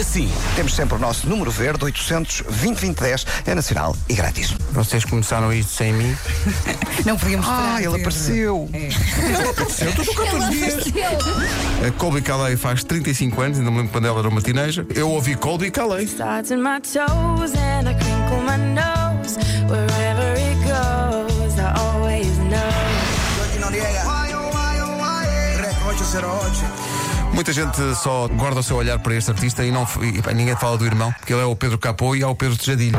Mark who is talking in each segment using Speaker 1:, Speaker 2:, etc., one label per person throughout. Speaker 1: assim.
Speaker 2: Temos sempre o nosso número verde, 800 2010 é nacional e grátis.
Speaker 3: Vocês começaram isto sem mim?
Speaker 4: Não podíamos
Speaker 2: Ah,
Speaker 4: esperar,
Speaker 2: ele
Speaker 4: Pedro.
Speaker 2: apareceu.
Speaker 3: Eu estou tocando todos os dias. A Colby Calais faz 35 anos, ainda me lembro quando ela era uma teenager. Eu ouvi Colby Calais.
Speaker 5: starts in my toes and I crinkle my nose. Wherever it goes, I always know.
Speaker 3: Muita gente só guarda o seu olhar para este artista e, não, e, pá, ninguém fala do irmão, porque ele é o Pedro Capô e há o Pedro Tejadilho.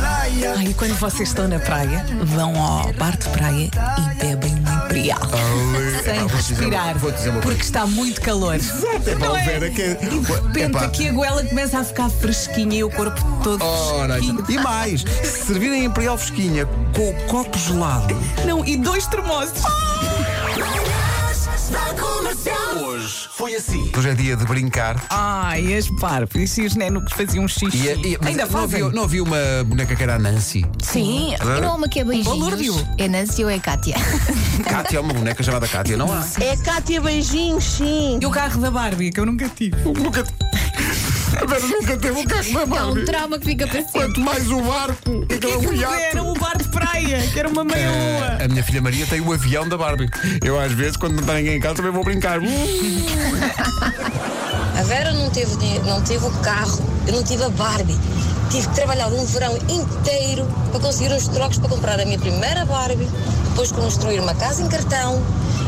Speaker 4: Ai, Ah, e quando vocês estão na praia, vão ao bar de praia e bebem um imperial.
Speaker 3: Ah,
Speaker 4: Sem respirar,
Speaker 3: vou dizer uma coisa.
Speaker 4: porque está muito calor.
Speaker 3: É
Speaker 4: Não
Speaker 3: para
Speaker 4: é?
Speaker 3: ver aqui.
Speaker 4: E de repente
Speaker 3: Epá.
Speaker 4: aqui a goela começa a ficar fresquinha e o corpo todo
Speaker 3: Ora,
Speaker 4: fresquinho.
Speaker 3: e mais, se servirem Imperial Fresquinha com o copo gelado.
Speaker 4: Não, e dois termosos.
Speaker 1: Hoje foi assim.
Speaker 3: Hoje é dia de brincar.
Speaker 4: Ai, as barbas e os nenucos faziam um xixi.
Speaker 3: E, é- e- mas
Speaker 4: Ainda
Speaker 3: não,
Speaker 4: fazem.
Speaker 3: havia, não havia uma boneca que era a Nancy.
Speaker 6: Sim, e não há uma que é
Speaker 4: balúrdio.
Speaker 6: beijinhos. É Nancy ou é Kátia?
Speaker 3: Cátia, há uma boneca chamada Cátia, não há?
Speaker 7: É Cátia Beijinhos, sim.
Speaker 4: E o carro da Barbie, que eu nunca tive.
Speaker 3: Nunca. nunca teve um carro na
Speaker 6: É um trauma que fica para sempre.
Speaker 3: mais o barco, então é aquele
Speaker 4: Era um bar de praia, que era uma
Speaker 3: É.
Speaker 4: meia lua.
Speaker 3: A minha filha Maria tem o avião da Barbie. Eu, às vezes, quando não está ninguém em casa, também vou brincar. Uh!
Speaker 8: A Vera não teve, dinhe- não teve o carro, eu não tive a Barbie. Tive que trabalhar um verão inteiro para conseguir uns trocos para comprar a minha primeira Barbie, depois construir uma casa em cartão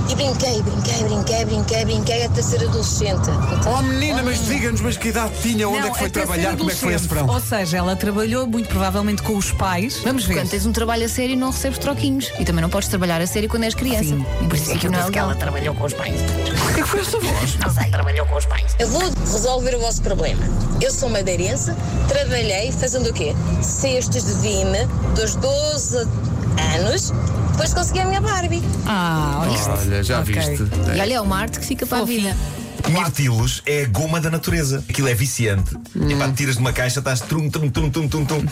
Speaker 8: e brinquei, brinquei, brinquei, brinquei, brinquei até ser adolescente.
Speaker 3: Oh, menina, mas diga-nos, mas que idade tinha? Onde
Speaker 4: Não,
Speaker 3: é que foi
Speaker 4: até ser
Speaker 3: trabalhar? Como é que foi esse
Speaker 4: adolescente.
Speaker 3: verão?
Speaker 4: Ou seja, ela trabalhou muito provavelmente com os pais. Vamos ver.
Speaker 6: Quando tens um trabalho a sério, não recebes troquinhos. E também não podes trabalhar a sério quando és criança.
Speaker 4: Sim.
Speaker 6: Em princípio, não é legal.
Speaker 8: Eu vou resolver o vosso problema. Eu sou madeirense, trabalhei fazendo o quê? Cestos de vime dos 12 anos, depois consegui a minha Barbie.
Speaker 4: Ah, olha.
Speaker 3: Olha, já
Speaker 4: Ok.
Speaker 3: viste.
Speaker 6: E olha, é uma arte que fica para a vida.
Speaker 1: Mirtilos é a goma da natureza. Aquilo é viciante.
Speaker 6: Hum.
Speaker 1: Epá, tiras de uma caixa, estás trum, trum, trum, trum, trum, trum.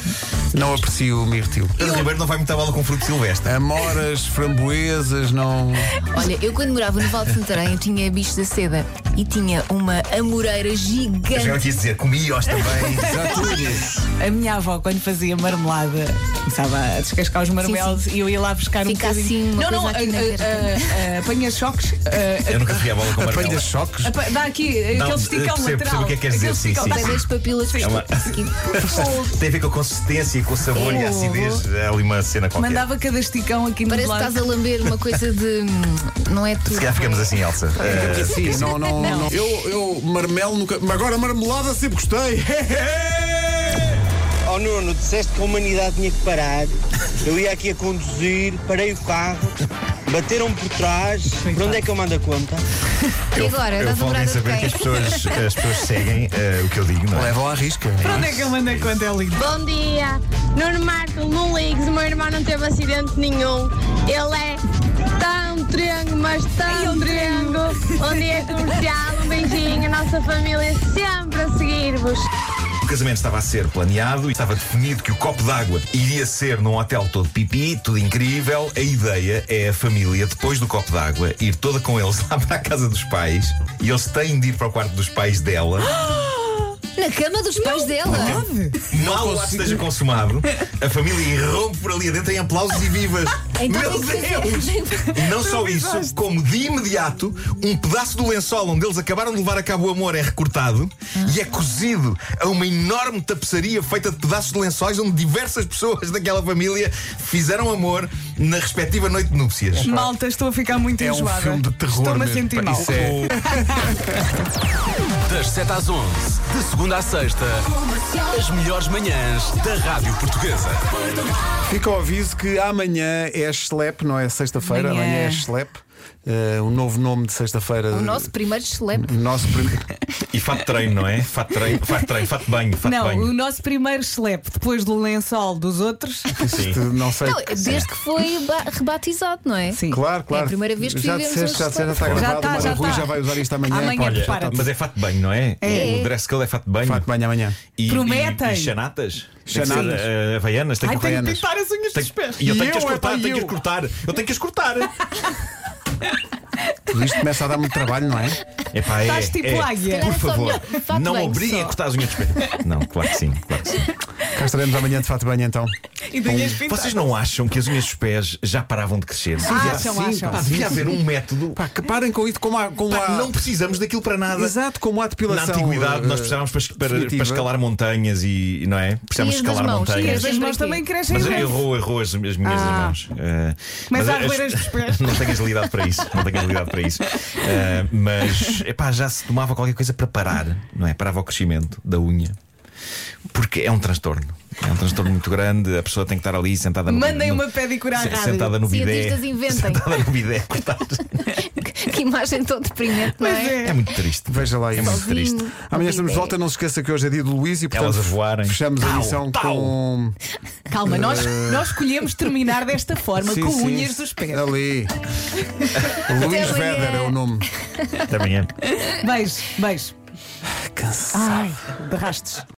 Speaker 3: Não aprecio o mirtilo.
Speaker 1: Pedro Ribeiro não vai muito à bola com fruto silvestre.
Speaker 3: Amoras, framboesas, não.
Speaker 6: Olha, eu quando morava no Val de Santarém, eu tinha bichos da seda e tinha uma amoreira
Speaker 1: Eu chegava
Speaker 6: gigante.
Speaker 1: aqui a dizer, comi-os também.
Speaker 4: A minha avó, quando fazia marmelada, começava a descascar os marmelos e eu ia lá buscar
Speaker 6: Fica
Speaker 4: um bocadinho.
Speaker 6: assim uma
Speaker 4: não, não,
Speaker 6: coisa aqui na
Speaker 4: a- a- a- apanha choques. a-
Speaker 1: Eu nunca fui à bola com
Speaker 3: Apanhas
Speaker 1: marmela.
Speaker 3: choques.
Speaker 4: a- apa- dá aqui
Speaker 1: Não,
Speaker 4: aquele
Speaker 1: percebo-
Speaker 4: esticão
Speaker 1: percebo
Speaker 4: lateral.
Speaker 1: o que é que queres dizer,
Speaker 4: Aquele
Speaker 1: sim,
Speaker 4: esticão
Speaker 1: sim,
Speaker 6: Tem
Speaker 4: lateral.
Speaker 6: as papilas
Speaker 1: É uma- Tem a ver com a consistência e com o sabor
Speaker 6: Uhum.
Speaker 1: e a acidez. É ali uma cena qualquer.
Speaker 4: Mandava cada esticão aqui no
Speaker 6: Parece que
Speaker 4: lado.
Speaker 6: estás a lamber uma coisa de. hum, Não é tudo.
Speaker 1: Se calhar ficamos assim, Elsa. Eh,
Speaker 3: Sim, não, não, não. Eu, eu marmelo nunca. mas Agora marmelada sempre gostei.
Speaker 9: Oh Nuno, disseste que a humanidade tinha que parar. Eu ia aqui a conduzir, parei o carro, bateram-me por trás. Por onde é que eu mando a conta?
Speaker 6: E agora?
Speaker 1: Eh, eu
Speaker 6: Estás a
Speaker 1: falo em
Speaker 6: morar de
Speaker 1: saber que
Speaker 6: quem?
Speaker 1: as pessoas, as pessoas seguem eh, o que eu digo, não é?
Speaker 3: Levam à risca.
Speaker 4: Para onde é que eu mando a conta, é lindo?
Speaker 10: Bom dia, Nuno Marco, não ligues, o meu irmão não teve acidente nenhum. Ele é tão triângulo, mas tão triângulo. Um dia comercial, um beijinho, a nossa família sempre a seguir-vos.
Speaker 1: O casamento estava a ser planeado e estava definido que o copo d'água iria ser num hotel todo pipi, tudo incrível. A ideia é a família, depois do copo d'água, ir toda com eles lá para a casa dos pais e eles têm de ir para o quarto dos pais dela.
Speaker 6: Na cama dos pais dela.
Speaker 1: Mal o ato
Speaker 11: assim.
Speaker 1: esteja consumado, a família irrompe por ali adentro em aplausos e vivas. Meu
Speaker 6: tem que
Speaker 1: Deus!
Speaker 6: fazer-
Speaker 1: E não só isso, como de imediato, um pedaço do lençol onde eles acabaram de levar a cabo o amor é recortado e é cozido a uma enorme tapeçaria feita de pedaços de lençóis onde diversas pessoas daquela família fizeram amor na respectiva noite de núpcias.
Speaker 4: Malta, estou a ficar muito
Speaker 3: É um
Speaker 4: enjoada.
Speaker 3: filme de terror.
Speaker 4: Estou-me a
Speaker 3: mesmo.
Speaker 4: sentir
Speaker 3: Pá,
Speaker 4: mal.
Speaker 3: Isso é-
Speaker 11: Das 7 às 11, de segunda à sexta, as melhores manhãs da Rádio Portuguesa.
Speaker 3: Fica o aviso que amanhã é Schlep, não é sexta-feira,
Speaker 4: Amanhã.
Speaker 3: amanhã, é Schlep. eh, o novo nome de sexta-feira.
Speaker 6: O nosso primeiro chelep.
Speaker 3: Nosso primeiro.
Speaker 1: E fato treino, não é? Fato treino, fato treino, fato banho, fato
Speaker 4: Não, o
Speaker 1: banho.
Speaker 4: nosso primeiro schlepp depois do lençol dos outros.
Speaker 3: Isto, não sei.
Speaker 6: Não, desde que foi ba- rebatizado, não é?
Speaker 4: Sim.
Speaker 3: Claro, claro.
Speaker 6: É a primeira vez que
Speaker 3: já
Speaker 6: vivemos
Speaker 3: disseste,
Speaker 6: hoje
Speaker 3: já disseste, já está
Speaker 6: Schlep.
Speaker 3: gravado.
Speaker 4: Já está,
Speaker 3: o Mário
Speaker 4: já
Speaker 3: Rui
Speaker 4: está.
Speaker 3: já vai usar isto amanhã.
Speaker 4: Amanhã,
Speaker 3: Pá,
Speaker 1: Olha,
Speaker 4: prepara-te.
Speaker 1: mas é fato banho, não é?
Speaker 6: É.
Speaker 1: O dress que ele é fato banho.
Speaker 3: Fato de banho amanhã.
Speaker 1: E,
Speaker 4: Prometem.
Speaker 1: E, e chanatas?
Speaker 3: Chanatas.
Speaker 1: Tem que ser, eh, havaianas, tem que
Speaker 4: Ai,
Speaker 1: correr.
Speaker 4: tenho
Speaker 3: Correanas.
Speaker 4: que pintar as unhas
Speaker 1: Tem-
Speaker 4: dos pés.
Speaker 1: E eu
Speaker 3: E
Speaker 1: tenho que
Speaker 3: eu,
Speaker 1: as cortar,
Speaker 3: epá, e
Speaker 1: tenho que as
Speaker 3: eu?
Speaker 1: cortar. Eu tenho que as cortar.
Speaker 3: Tudo isto começa a dar muito trabalho, não é?
Speaker 1: Epá, é,
Speaker 4: Estás tipo
Speaker 1: é,
Speaker 4: águia. Se calhar é
Speaker 1: Por
Speaker 4: só
Speaker 1: favor,
Speaker 4: melhor- fato
Speaker 1: não
Speaker 4: banho
Speaker 1: obriguem
Speaker 4: só.
Speaker 1: a cortar as unhas de pé. Não, claro que sim, claro que sim.
Speaker 3: Cá estaremos amanhã de fato bem então.
Speaker 4: E de unhas pintadas.
Speaker 1: Vocês não acham que as unhas dos pés já paravam de crescer?
Speaker 3: Sim,
Speaker 1: Devia-
Speaker 3: acham,
Speaker 1: sim,
Speaker 3: acham.
Speaker 4: Ah,
Speaker 1: pá,
Speaker 3: Sim,
Speaker 1: Devia
Speaker 3: sim.
Speaker 1: haver um método.
Speaker 3: Pá, que parem com isso, como há. Como
Speaker 1: Pá,
Speaker 3: há-
Speaker 1: não precisamos daquilo para nada.
Speaker 3: Exato, como há
Speaker 1: Na
Speaker 3: depilação.
Speaker 1: antiguidade,
Speaker 3: eh,
Speaker 1: nós precisávamos para, para, para
Speaker 3: definitiva.
Speaker 1: escalar montanhas e. Não é? Precisávamos
Speaker 6: E as das
Speaker 1: escalar
Speaker 6: mãos, e
Speaker 1: montanhas.
Speaker 6: as das
Speaker 4: As mãos também crescem
Speaker 1: Mas
Speaker 4: imenso.
Speaker 1: errou, errou as, as minhas das
Speaker 4: Ah.
Speaker 1: mãos. Eh,
Speaker 4: Mas há
Speaker 1: as-
Speaker 4: roeiras dos pés.
Speaker 1: Não tenho agilidade para isso. Não tenho agilidade para isso. Eh, mas epá, já se tomava qualquer coisa para parar, não é? Parava o crescimento da unha. Porque é um transtorno. É um transtorno muito grande. A pessoa tem que estar ali sentada Tá no
Speaker 4: Mandem
Speaker 1: no-
Speaker 4: uma pedicura à
Speaker 1: se-
Speaker 4: rádio.
Speaker 1: Sentada no bidé.
Speaker 6: Cientistas inventem.
Speaker 1: Sentada no bidé. cortadas.
Speaker 6: Que imagem tão deprimente, não
Speaker 4: Pois
Speaker 6: é?
Speaker 1: É muito triste.
Speaker 3: Veja lá
Speaker 1: É
Speaker 3: isso.
Speaker 1: muito triste.
Speaker 6: Sozinho,
Speaker 3: Amanhã estamos de
Speaker 6: no
Speaker 3: volta, não se esqueça que hoje é dia do Luís e portanto
Speaker 1: Elas a voarem.
Speaker 3: fechamos a
Speaker 1: Tau,
Speaker 3: missão
Speaker 1: tau.
Speaker 3: com.
Speaker 4: Calma, nós, nós escolhemos terminar desta forma,
Speaker 3: Sim,
Speaker 4: com
Speaker 3: sim.
Speaker 4: unhas dos pés.
Speaker 3: Ali. Luís
Speaker 6: amanhã.
Speaker 3: Veder é o nome.
Speaker 1: Até amanhã.
Speaker 4: Beijo, beijo. Cansado. Ai, de rastos.